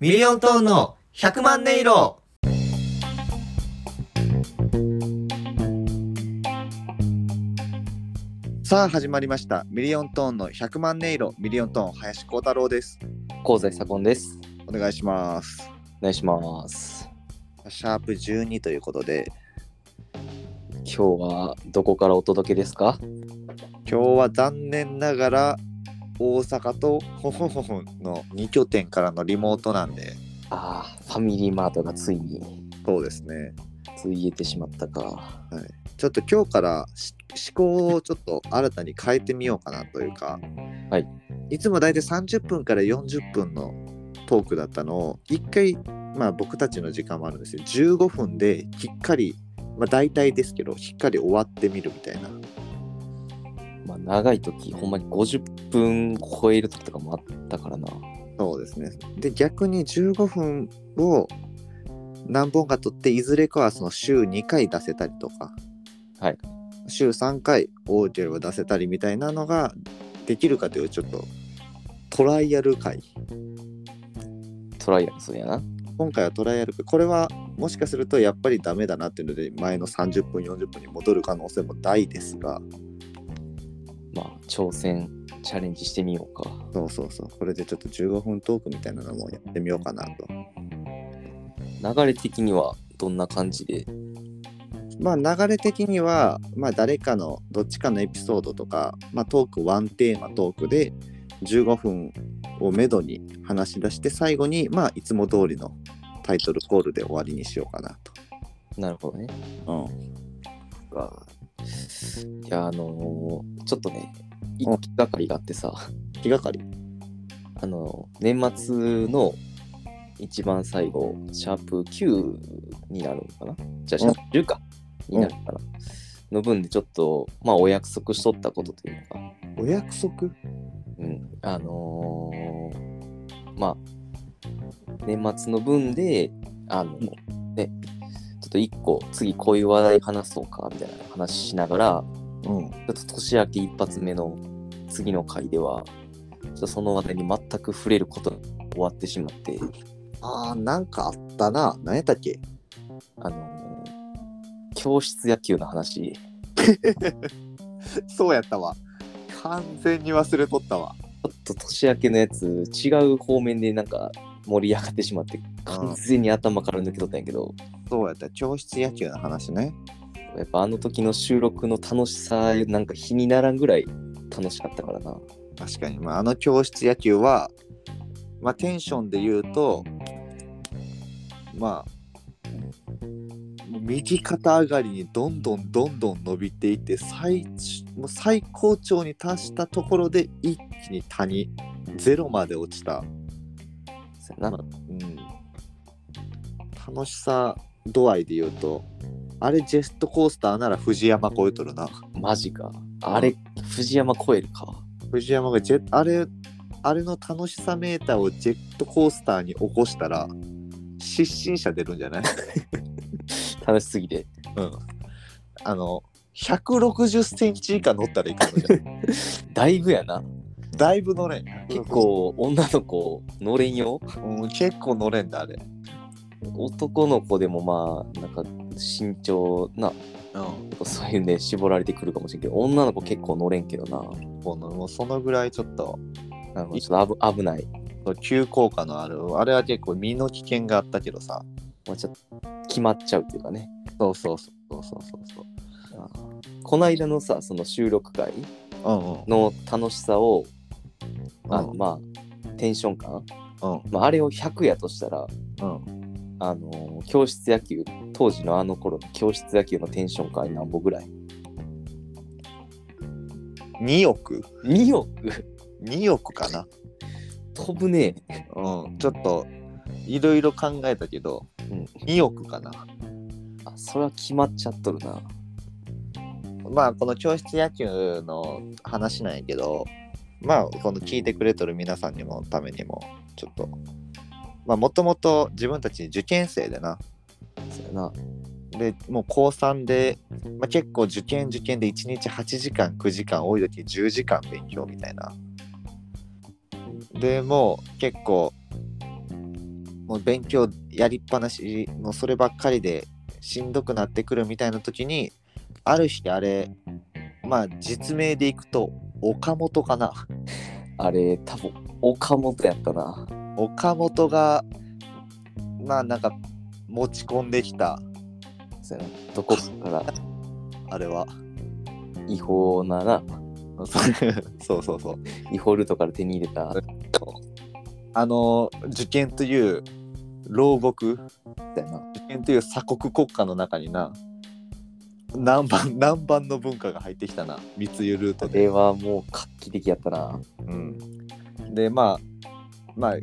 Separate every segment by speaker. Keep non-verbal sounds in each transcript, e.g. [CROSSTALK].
Speaker 1: ミリオントーンの100万音色
Speaker 2: さあ始まりましたミリオントーンの100万音色ミリオントーン林光太郎です
Speaker 3: 香西左近です。
Speaker 2: お願いします
Speaker 3: お願いします。
Speaker 2: シャープ12ということで
Speaker 3: 今日はどこからお届けですか
Speaker 2: 今日は残念ながら大阪とホホホホの2拠点からのリモートなんで
Speaker 3: ああ、ファミリーマートがついに、
Speaker 2: そうですね
Speaker 3: ついえてしまったか。
Speaker 2: ちょっと今日からし思考をちょっと新たに変えてみようかなというか、
Speaker 3: はい、
Speaker 2: いつも大体30分から40分のトークだったのを1回、まあ、僕たちの時間もあるんですよ15分できっかり、まあ、大体ですけどしっかり終わってみるみたいな
Speaker 3: まあ、長い時、ほんまに50分超える時とかもあったからな。
Speaker 2: そうですねで逆に15分を何本か取っていずれかはその週2回出せたりとか、
Speaker 3: はい、
Speaker 2: 週3回オーディオを出せたりみたいなのができるかというちょっとトライアル回
Speaker 3: トライアルするやな。
Speaker 2: 今回はトライアル回これはもしかするとやっぱりダメだなっていうので前の30分40分に戻る可能性も大ですが
Speaker 3: まあ、挑戦、チャレンジしてみようか。
Speaker 2: そうそうそうこれでちょっと15分トークみたいなのもやってみようかなと
Speaker 3: 流れ的にはどんな感じで
Speaker 2: まあ流れ的には、まあ、誰かのどっちかのエピソードとか、まあ、トークワンテーマトークで15分をめどに話し出して最後に、まあ、いつも通りのタイトルコールで終わりにしようかな
Speaker 3: なるほどね。
Speaker 2: と。うん、
Speaker 3: いや、あのーちょっとね、一個気がかりがあってさ。
Speaker 2: 気がかり
Speaker 3: あの年末の一番最後、シャープ9になるのかなじゃあ、シャープ10か、
Speaker 2: ん
Speaker 3: になるかな、の分でちょっと、まあ、お約束しとったことというか、
Speaker 2: お約束
Speaker 3: うん、あのーまあ、年末の分で、あの、ね、ちょっと一個、次こういう話題話そうか、みたいな話しながら、
Speaker 2: うん。
Speaker 3: ちょっと年明け一発目の次の回では、ちょっとその話題に全く触れることが終わってしまって、
Speaker 2: ああ、なんかあったな。何やったっけ [LAUGHS]
Speaker 3: あのー教室野球の話、
Speaker 2: そうやったわ。完全に忘れとったわ。
Speaker 3: ちょっと年明けのやつ、違う方面でなんか盛り上がってしまって、完全に頭から抜けとったんやけど、
Speaker 2: そうやった。教室野球の話ね。
Speaker 3: やっぱあの時の収録の楽しさ、なんか比にならんぐらい楽しかったからな。
Speaker 2: 確かに、まあ、あの教室野球は、まあ、テンションで言うとまあもう右肩上がりにどんどんどんどん伸びていって最もう最高潮に達したところで一気に谷ゼロまで落ちた、
Speaker 3: そうやな
Speaker 2: うん、楽しさ度合いで言うとあれジェストコースターなら藤山超えとるな
Speaker 3: マジか。あれ、藤山超えるか。
Speaker 2: 藤山がジェあれあれの楽しさメーターをジェットコースターに起こしたら失神者出るんじゃない、 [LAUGHS]
Speaker 3: 楽しすぎて。
Speaker 2: うん、あの160センチ以下乗ったらいかんのじゃ [LAUGHS] ない
Speaker 3: だいぶやな。
Speaker 2: だいぶ乗れん
Speaker 3: 結、構、女の子、乗れんよ。
Speaker 2: うん、結構乗れんだあれ、
Speaker 3: 男の子でもまあ、なんか身長な、
Speaker 2: うん、
Speaker 3: そういうね、絞られてくるかもしれんけど、女の子結構乗れんけどな。
Speaker 2: このもうそのぐらいちょっと
Speaker 3: なるほどちょっと危危ない。
Speaker 2: 急降下のあるあれは結構身の危険があったけどさ
Speaker 3: まあ、ちょっと決まっちゃうというかね。
Speaker 2: そうそうそうそうそうそう
Speaker 3: あこの間のさ、その収録会
Speaker 2: うんうん
Speaker 3: の楽しさを、あの
Speaker 2: うん
Speaker 3: まあ、テンション感、
Speaker 2: うん
Speaker 3: まあ、あれを100やとしたら、
Speaker 2: うん
Speaker 3: あのー教室野球、当時のあの頃の教室野球のテンション感何歩ぐらい
Speaker 2: 2億
Speaker 3: ?2 億
Speaker 2: 2億かな
Speaker 3: 飛ぶね
Speaker 2: うん、ちょっといろいろ考えたけど、
Speaker 3: うん
Speaker 2: 2億かな。
Speaker 3: あ、それは決まっちゃっとるな。
Speaker 2: まあこの教室野球の話なんやけど、まあこの聞いてくれとる皆さんにもためにもちょっと、まあもともと自分たち受験生でな、
Speaker 3: そうやな。
Speaker 2: でもう高3で、まあ、結構受験受験で1日8時間9時間多い時10時間勉強みたいなでもう結構もう勉強やりっぱなしもうそればっかりでしんどくなってくるみたいな時にある日あれまあ実名でいくと岡本かな
Speaker 3: あれ、多分岡本やったな。
Speaker 2: 岡本がまあなんか持ち込んできた
Speaker 3: そうやなどこかから
Speaker 2: あれは [LAUGHS]
Speaker 3: 違法なな、
Speaker 2: そうそうそう
Speaker 3: 違法ルートから手に入れた、
Speaker 2: あの受験という牢獄
Speaker 3: みたいな。
Speaker 2: 受験という鎖国国家の中にな南蛮 [LAUGHS] 南蛮の文化が入ってきたな密輸ルート
Speaker 3: そ
Speaker 2: で、
Speaker 3: れはもう画期的やったな。
Speaker 2: うん、でまあまあ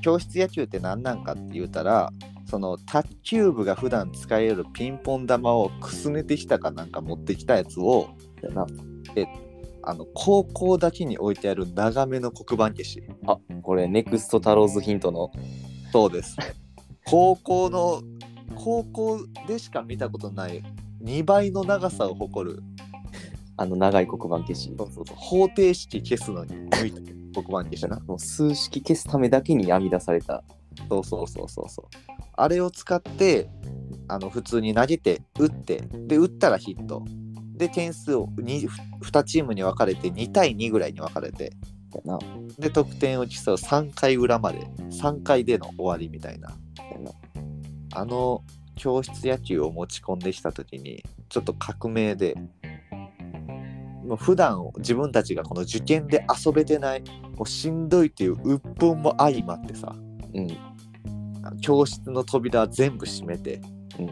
Speaker 2: 教室野球って何なんかって言うたらその卓球部が普段使えるピンポン玉をくすねてきたかなんか持ってきたやつを
Speaker 3: やな
Speaker 2: あの高校だけに置いてある長めの黒板消し
Speaker 3: あ、これ、ネクストタローズヒントの。
Speaker 2: そうです高校の高校でしか見たことない2倍の長さを誇る
Speaker 3: あの長い黒板消し。
Speaker 2: そうそうそう方程式消すのに向いた黒板消しな
Speaker 3: もう数式消すためだけに編み出された。
Speaker 2: そうそうそうそうそうあれを使ってあの普通に投げて打ってで打ったらヒットで点数を 2, 2チームに分かれて2対2ぐらいに分かれて
Speaker 3: やな。
Speaker 2: で得点を競う3回裏まで3回での終わりみたいな
Speaker 3: やな
Speaker 2: あの教室野球を持ち込んできた時にちょっと革命でもう普段自分たちがこの受験で遊べてないこうしんどいっていう鬱憤も相まってさ
Speaker 3: うん。
Speaker 2: 教室の扉全部閉めて、
Speaker 3: うん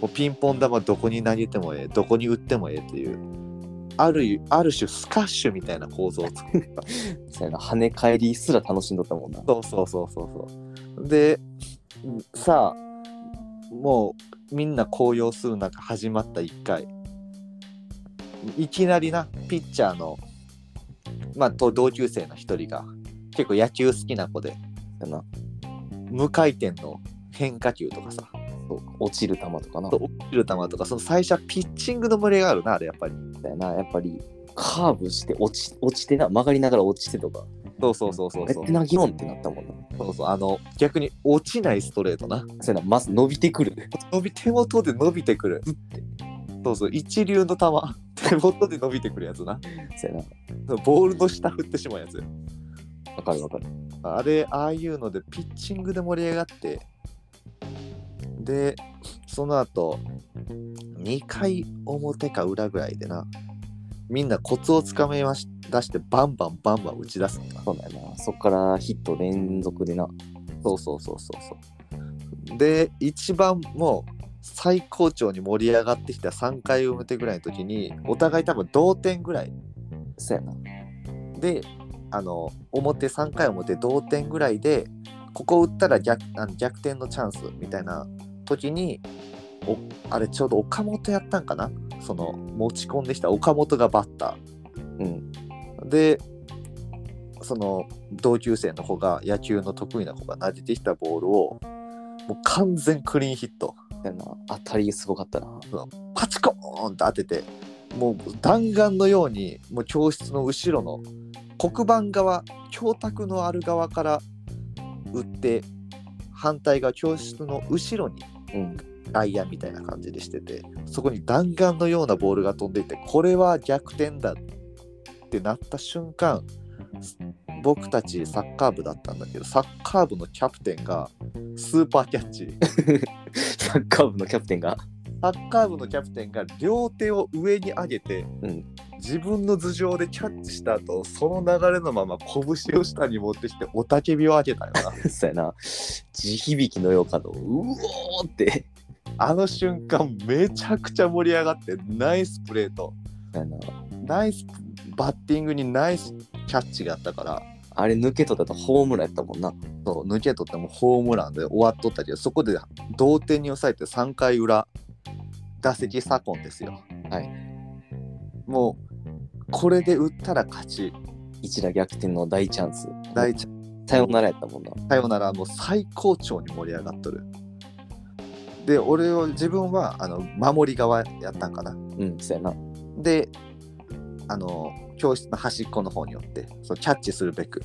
Speaker 2: もうピンポン玉どこに投げてもええどこに打ってもええっていうあるある種スカッシュみたいな構造を作った
Speaker 3: そうやな。跳ね返りすら楽しんどったもんな。
Speaker 2: そうそうそうそうそうでさあもうみんな高揚する中始まった1回いきなりなピッチャーのまあと同級生の一人が結構野球好きな子で
Speaker 3: やな。
Speaker 2: 無回転の変化球とかさ
Speaker 3: そう落ちる球とかな。
Speaker 2: そ
Speaker 3: そう
Speaker 2: 落ちる球とかその最初はピッチングの群れがあるなあれやっぱり
Speaker 3: うやな。やっぱりカーブして落ち落ちてな。曲がりながら落ちてとか。
Speaker 2: そうそうそうそうそう
Speaker 3: えってなぎろんってなったもんな。
Speaker 2: そうそうあの逆に落ちないストレートな
Speaker 3: そうやな。まず伸びてくる。
Speaker 2: 伸び手元で伸びてくるそうそう一流の球 [LAUGHS] 手元で伸びてくるやつな
Speaker 3: そうやな。
Speaker 2: ボールの下振ってしまうやつ
Speaker 3: わかるわかる。
Speaker 2: あれああいうのでピッチングで盛り上がってでその後2回表か裏ぐらいでなみんなコツをつかめまし出してバンバンバンバン打ち出すんだ
Speaker 3: そうだよな。そっからヒット連続でな。
Speaker 2: そうそうそうそうそう。で、一番もう最高潮に盛り上がってきた3回表ぐらいの時に、お互い多分同点ぐらい
Speaker 3: そうやな。
Speaker 2: で、あの、表3回表同点ぐらいで、ここ打ったら逆あの逆転のチャンスみたいな時に、おあれちょうど岡本やったんかなその持ち込んできた岡本がバッター。
Speaker 3: うん。
Speaker 2: でその同級生の子が野球の得意な子が投げてきたボールをもう完全クリーンヒット
Speaker 3: そうやな。当たりすごかったな。
Speaker 2: パチコーンって当ててもう弾丸のようにもう教室の後ろの黒板側教卓のある側から打って反対側教室の後ろに
Speaker 3: うん。 [LAUGHS]
Speaker 2: 外野みたいな感じでしててそこに弾丸のようなボールが飛んでいてこれは逆転だってなった瞬間僕たちサッカー部だったんだけどサッカー部のキャプテンがスーパーキャッチ
Speaker 3: サッカー部のキャプテンが。
Speaker 2: サッカー部のキャプテンが両手を上に上げて、
Speaker 3: うん
Speaker 2: 自分の頭上でキャッチした後その流れのまま拳を下に持ってきて雄たけびを上げたよな
Speaker 3: そうやな。地響きのようかの、うおーって。
Speaker 2: あの瞬間めちゃくちゃ盛り上がってナイスプレーと
Speaker 3: そうやな
Speaker 2: ナイスバッティングにナイスキャッチがあったから
Speaker 3: あれ抜けとったとホームランやったもんな。
Speaker 2: そう抜け取ってもホームランで終わっとったけどそこで同点に抑えて3回裏打席左近ですよ
Speaker 3: はい
Speaker 2: もうこれで打ったら勝ち
Speaker 3: 一打逆転の大チャンス。
Speaker 2: 大ちゃん
Speaker 3: さよならやったもんな。
Speaker 2: さよならもう最高潮に盛り上がっとるで俺を自分はあの守り側やったんかな
Speaker 3: うん、そうやな。
Speaker 2: であの教室の端っこの方に寄ってそうキャッチするべく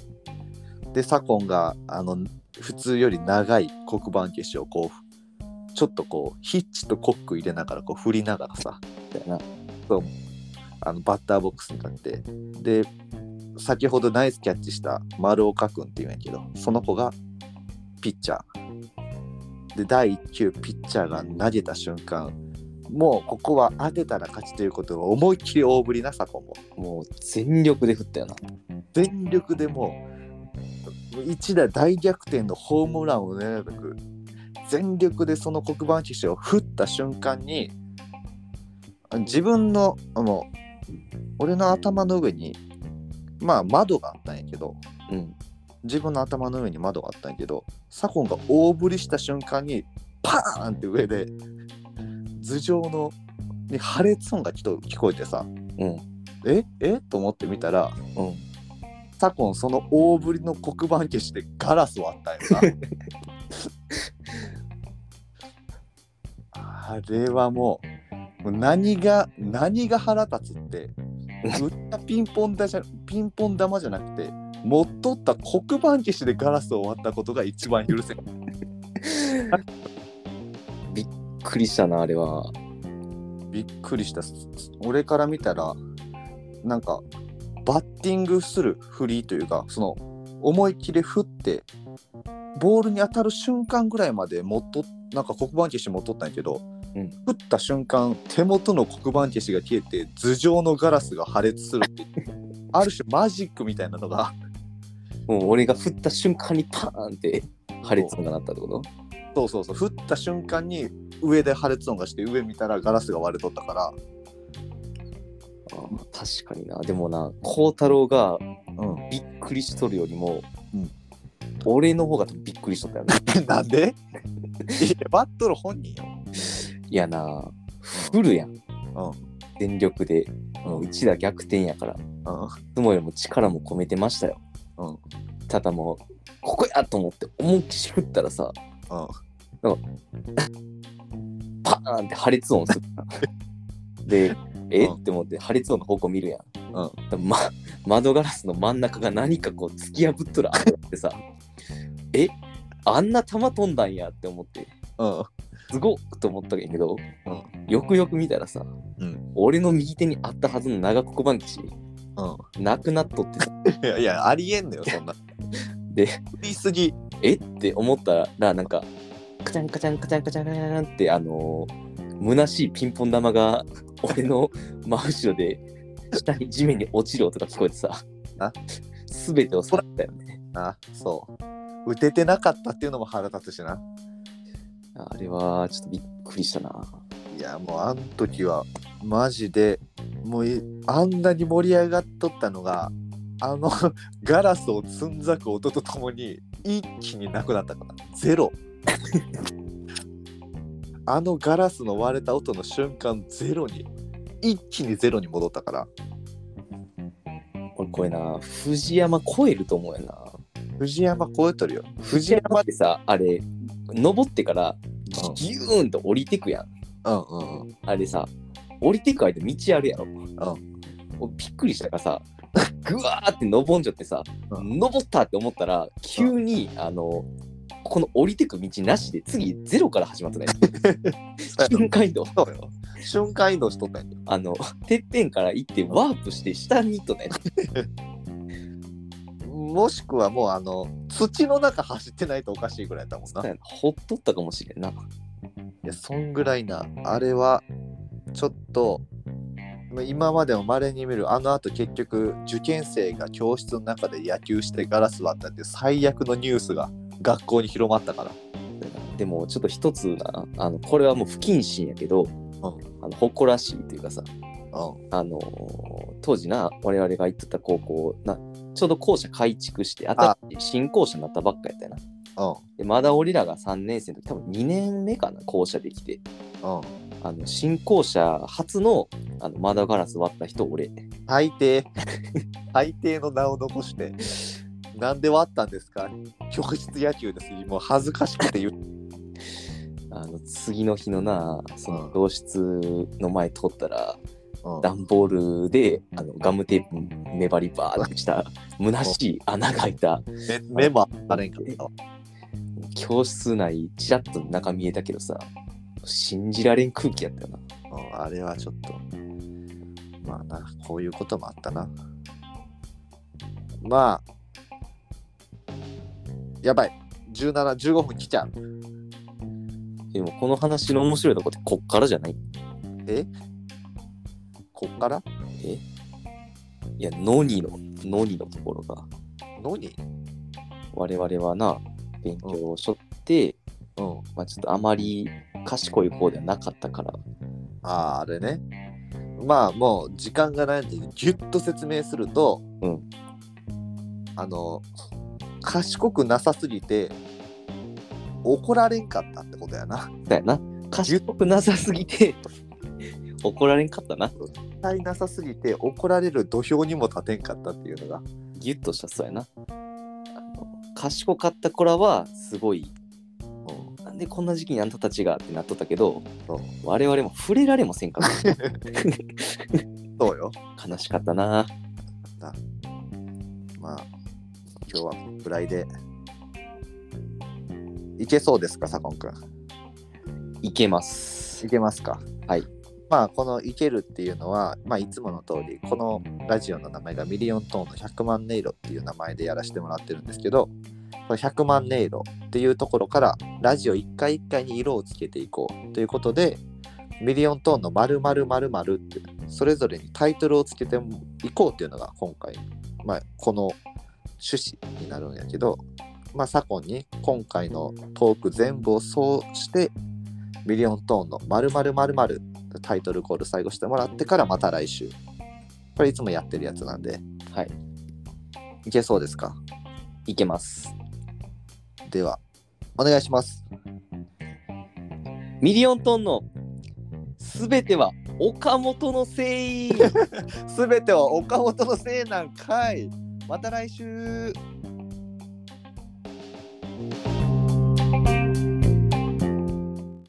Speaker 2: で左近があの普通より長い黒板消しをこうちょっとこうヒッチとコック入れながらこう振りながらさ
Speaker 3: みたいな。
Speaker 2: あのバッターボックスに立ってで先ほどナイスキャッチした丸岡君っていうんやけどその子がピッチャーで第1球ピッチャーが投げた瞬間もうここは当てたら勝ちということを思いっきり大振りな左近も
Speaker 3: もう全力で振ったよな。
Speaker 2: 全力でもう一打大逆転のホームランを狙うべく全力でその黒板消しを振った瞬間に自分のもう俺の頭の上にまあ窓があったんやけど
Speaker 3: うん。
Speaker 2: 自分の頭の上に窓があったんやけど左近が大振りした瞬間にパーンって上で頭上のに破裂音がきと聞こえてさ
Speaker 3: うん。
Speaker 2: ええと思って見たら
Speaker 3: うん。
Speaker 2: 昨今その大ぶりの黒板消しでガラス割った
Speaker 3: [LAUGHS]
Speaker 2: よなあれはもうもう何が何が腹立つ
Speaker 3: [LAUGHS]
Speaker 2: って打ったピンポンだじゃピンポン玉じゃなくて持っとった黒板消しでガラスを割ったことが一番許せん
Speaker 3: びっくりしたな、あれは。
Speaker 2: びっくりした俺から見たらなんかバッティングするフリーというかその思い切り振ってボールに当たる瞬間ぐらいまで持っとなんか黒板消し持っとったんやけど、
Speaker 3: うん
Speaker 2: 振った瞬間手元の黒板消しが消えて頭上のガラスが破裂するっていうある種マジックみたいなのが
Speaker 3: もう俺が振った瞬間にパーンって破裂音が鳴ったってこと
Speaker 2: そうそうそう振った瞬間に上で破裂音がして上見たらガラスが割れとったから、
Speaker 3: あー確かにな。でもな、孝太郎が
Speaker 2: うん、
Speaker 3: びっくりしとるよりも、
Speaker 2: うん
Speaker 3: 俺の方がびっくりしとったよな。
Speaker 2: [LAUGHS] なんでいやバットル本人よ。
Speaker 3: いやな、振るやん。全力で。もう一打逆転やから。い
Speaker 2: うん
Speaker 3: つもよりも力も込めてましたよ。
Speaker 2: うん
Speaker 3: ただもう、ここやと思って思いっきし振ったらさ、
Speaker 2: うん
Speaker 3: パーンって破裂音するな。で、え
Speaker 2: うん
Speaker 3: って思って破裂音の方向見るやん。
Speaker 2: うん
Speaker 3: だま、窓ガラスの真ん中が何かこう突き破っとる穴があってさ、えあんな球飛んだんやって思って、
Speaker 2: うん
Speaker 3: すごっと思ったんやけど、
Speaker 2: う
Speaker 3: よくよく見たらさ、
Speaker 2: うん
Speaker 3: 俺の右手にあったはずの長黒板消し、
Speaker 2: うん
Speaker 3: なくなっとってさ、
Speaker 2: いやいやありえんのよそんな
Speaker 3: で、
Speaker 2: 言いすぎ
Speaker 3: えって思ったら、なんか、カチャンカチャンカチャンカチャンカチャンって、あのー、虚しいピンポン玉が、 [LAUGHS] 俺の真後ろで、下に地面に落ちる音が聞こえてさ
Speaker 2: あ、
Speaker 3: すべてをさらったよね。
Speaker 2: あそう打ててなかったっていうのも腹立つしな
Speaker 3: あれは、ちょっとびっくりしたな。
Speaker 2: いやもうあん時はマジでもういあんなに盛り上がっとったのがあの [LAUGHS] ガラスをつんざく音とともに一気になくなったからゼロ [LAUGHS] あのガラスの割れた音の瞬間ゼロに一気にゼロに戻ったから
Speaker 3: 俺、これな、藤山超えると思うよな。
Speaker 2: 藤山超えとるよ
Speaker 3: 藤山ってさ、あれ、登ってから、
Speaker 2: うん
Speaker 3: ギューンと降りてくやん。
Speaker 2: うんうんうん
Speaker 3: あれさ、降りてく間道あるやろ。
Speaker 2: ん
Speaker 3: 俺びっくりしたからさ、 [LAUGHS] ぐわーって登んじゃってさ、
Speaker 2: うん
Speaker 3: 登ったって思ったら、急に、あの、この降りてく道なしで、次ゼロから始まっ
Speaker 2: [LAUGHS]
Speaker 3: たね。瞬間移動。
Speaker 2: そうよ。瞬間移動しとったんや。
Speaker 3: あの、てっぺんから行ってワープして下に行っとね。
Speaker 2: もしくはもうあの、土の中走ってないとおかしいぐらいだもんな。い
Speaker 3: ほっとったかもしれんな。
Speaker 2: や、そんぐらいな。あれは、ちょっと、まあ今までも稀に見る、あの後結局、受験生が教室の中で野球してガラス割ったっていう最悪のニュースが学校に広まったから。
Speaker 3: でも、ちょっと一つな、あの、これはもう不謹慎やけど、あの誇らしいというかさ、
Speaker 2: う、
Speaker 3: あのー当時な我々が行ってた高校なちょうど校舎改築して新しい新校舎になったばっかやったよなん
Speaker 2: うん、
Speaker 3: でまだ俺らが3年生の時多分2年目かな校舎できて
Speaker 2: うん。
Speaker 3: あの新校舎初のあの窓ガラス割った人俺
Speaker 2: 大抵、 [LAUGHS] 大抵の名を残して、なんで割ったんですか教室野球です。もう恥ずかしくて言う。
Speaker 3: あの次の日のなその
Speaker 2: うん
Speaker 3: 教室の前通ったら、
Speaker 2: うん
Speaker 3: 段ボールであのガムテープ目張りバーってした虚しい穴が開いた
Speaker 2: め目もあれんかったわ
Speaker 3: 教室内ちらっと中見えたけどさ信じられん空気やったよな
Speaker 2: うんあれはちょっと。まあな、こういうこともあったな。まあ、やばい。17、15分来ちゃう。
Speaker 3: でもこの話の面白いとこってこっからじゃない
Speaker 2: えこっから
Speaker 3: えいやノニのノニのところが
Speaker 2: のに
Speaker 3: 我々はな勉強をしょって、
Speaker 2: うん。
Speaker 3: まあ、ちょっとあまり賢い方ではなかったから
Speaker 2: ああ、あれね。まあもう時間がないのでギュッと説明すると、
Speaker 3: うん
Speaker 2: あの賢くなさすぎて怒られんかったってことやな。
Speaker 3: だよな賢くなさすぎて [LAUGHS] 怒られんかったな
Speaker 2: 絶対なさすぎて怒られる土俵にも立てんかったっていうのが。
Speaker 3: ギュッとしたそうやなあの賢かった子らはすごい
Speaker 2: うん
Speaker 3: なんでこんな時期にあんたたちがってなっとったけど
Speaker 2: そう
Speaker 3: 我々も触れられもせんから
Speaker 2: そうよ。
Speaker 3: 悲しかったな
Speaker 2: まあ今日はフライで。いけそうですか、左近くん。
Speaker 3: いけます
Speaker 2: いけますか
Speaker 3: はい
Speaker 2: まあこの「いける」っていうのは、まあ、いつもの通りこのラジオの名前がミリオントーンの100万音色っていう名前でやらせてもらってるんですけどこの100万音色っていうところからラジオ一回一回に色をつけていこうということでミリオントーンの〇〇〇〇ってそれぞれにタイトルをつけていこうっていうのが今回、まあ、この趣旨になるんやけど、まあ、左近に今回のトーク全部をそうしてミリオントーンの〇〇〇〇タイトルコール最後してもらってからまた来週。これいつもやってるやつなんで、
Speaker 3: はい
Speaker 2: いけそうですか
Speaker 3: いけます
Speaker 2: では、お願いします。
Speaker 3: ミリオントンのすべては岡本のせい
Speaker 2: すべては岡本のせいなんかい。また来週。